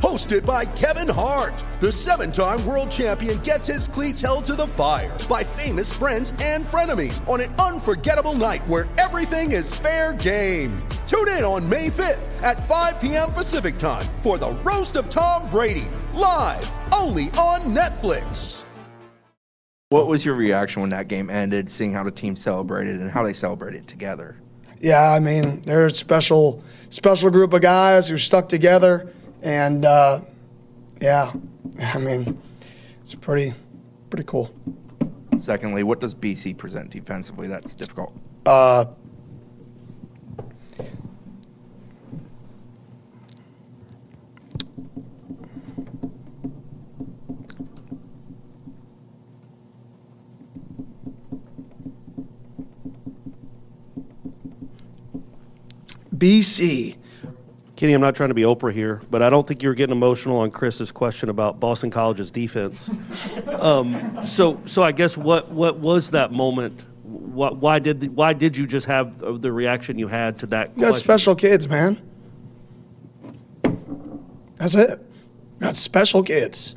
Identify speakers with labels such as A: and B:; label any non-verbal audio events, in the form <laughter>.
A: Hosted by Kevin Hart, the seven time world champion gets his cleats held to the fire by famous friends and frenemies on an unforgettable night where everything is fair game. Tune in on May 5th at 5 p.m. Pacific time for the Roast of Tom Brady, live only on Netflix.
B: What was your reaction when that game ended, seeing how the team celebrated and how they celebrated together?
C: yeah, I mean, they're a special, special group of guys who stuck together, and uh, yeah, <laughs> I mean, it's pretty, pretty cool.
B: Secondly, what does BC present defensively that's difficult?
C: BC,
D: Kenny, I'm not trying to be Oprah here, but I don't think you were getting emotional on Chris's question about Boston College's
C: <laughs>
D: defense. um, so, so I guess what what was that moment? What, why did the, why did you just have the- the reaction you had to that?
C: you got
D: question?
C: special kids, man. That's it. You got special kids.